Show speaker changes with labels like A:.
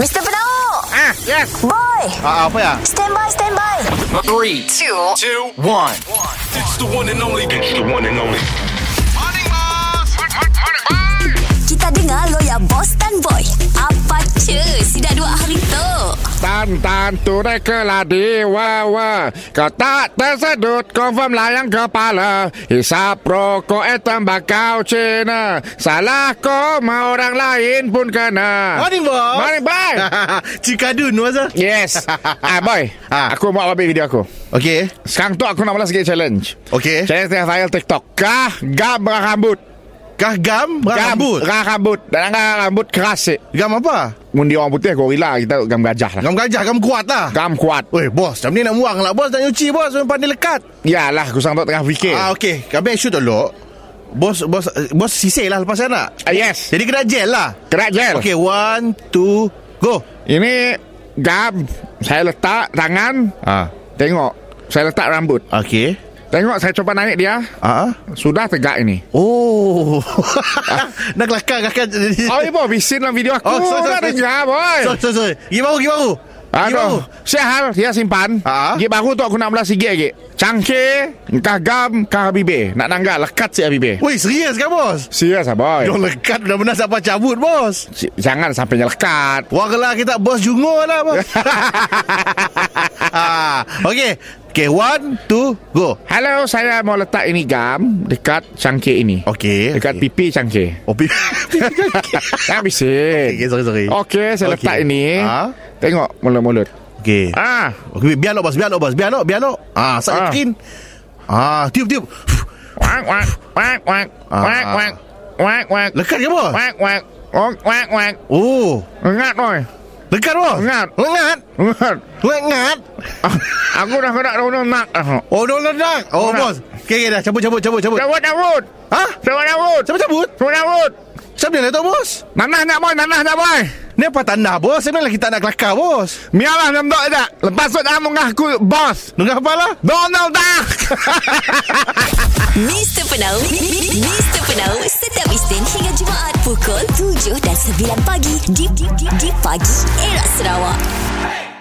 A: Mr. Penau
B: Ah, yes.
A: Boy
B: Ah, apa ya?
A: Stand by, stand by
C: Three,
A: Two
C: two, one.
D: It's the one and only. It's the one and only.
A: Kita dengar lo ya Boss dan Boy Apa cuy Si dah dua hari tu
B: Tan tan turai ke ladi wawa Kau tak tersedut confirm layang kepala Hisap rokok eh tembakau Cina Salah kau mau orang lain pun kena
E: Morning, boss.
B: Morning bye
E: Cikadun masa.
B: Yes Ah boy
E: Ah.
B: Aku mau ambil video aku
E: Okey.
B: Sekarang tu aku nak balas sikit challenge
E: Okey.
B: Challenge tengah viral TikTok Kah gam rambut
E: Kah gam
B: Gam-
E: rambut.
B: Gam rambut Dan gam rambut keras eh.
E: Gam apa?
B: Mundi orang putih gorila Kita gam gajah lah
E: Gam gajah, gam kuat lah.
B: Gam kuat
E: Weh, bos, macam ni nak muang lah. Bos nak nyuci, bos. Memang pandai lekat.
B: Yalah aku sekarang tu tengah fikir
E: Ah, okey. Kami shoot dulu. Bos, bos, eh, bos sisih lah lepas anak.
B: Ah, yes.
E: Jadi kena gel lah.
B: Kerak gel
E: Okey, one, two, go.
B: Ini gam Saya letak tangan
E: Ah,
B: Tengok Saya letak rambut
E: okey.
B: Tengok saya cuba naik dia
E: Ah, ah.
B: Sudah tegak ini
E: Oh. Nak kelakar kakak.
B: Oh ibu bisin dalam video aku
E: Oh, sorry,
B: Dah
E: sorry, sorry.
B: dengar boy
E: Sorry, sorry, sorry. Pergi baru, pergi baru. Pergi baru.
B: Aduh Sial Dia simpan
E: Ah.
B: Dia baru tu aku nak belas sikit lagi Cangkir Entah gam Kah Habibie Nak nanggal Lekat si Habibie
E: Weh, serius kan, bos?
B: Serius lah boy
E: Dia lekat benar-benar siapa cabut, bos.
B: Si- Jangan sampai lekat
E: Wah lah kita bos jungo lah bos. ah, okay. Okay, one, two, go.
B: Hello saya mau letak ini gam Dekat cangkir ini
E: Okay.
B: Dekat
E: okay.
B: pipi cangkir
E: Oh, pi-
B: Jangan bising
E: okay, sorry, sorry.
B: Okey, saya
E: Okey.
B: letak ini.
E: Ah.
B: Tengok mulut-mulut.
E: Okay.
B: Ah,
E: okay. Biar lo bos, biar lo bos, biar lo, biar lo. Ah,
B: Ah.
E: saya yakin. Ah, tiup, tiup.
B: wak wak wak wak
E: Ah.
B: wak wak wak wak
E: Lekat ke bos?
B: wak wak wak wak wak
E: Oh,
B: Ingat oi.
E: lekat bos.
B: Lengat.
E: Lengat.
B: Ingat.
E: Lengat.
B: Ah, Aku dah kena dah nak.
E: Oh, dah ledak. Oh,
B: Lengat.
E: bos. Okay, okay, dah cabut, cabut, cabut, cabut.
B: Cabut cabut.
E: Hah?
B: Cabut cabut.
E: Ha? Siapa cabut?
B: Cabut cabut.
E: Siapa ni lah tu bos?
B: Nanah nak boy, nanah nak boy.
E: Ni apa tanda bos? Sebenarnya kita nak kelakar bos.
B: Mialah nembak tak. Lepas tu dah mengaku bos.
E: Dengar apa lah?
B: Donald Duck.
A: Mr. Penau Mr. Penau Setiap Isnin hingga Jumaat Pukul 7 dan 9 pagi Di, di, di, di pagi Era Sarawak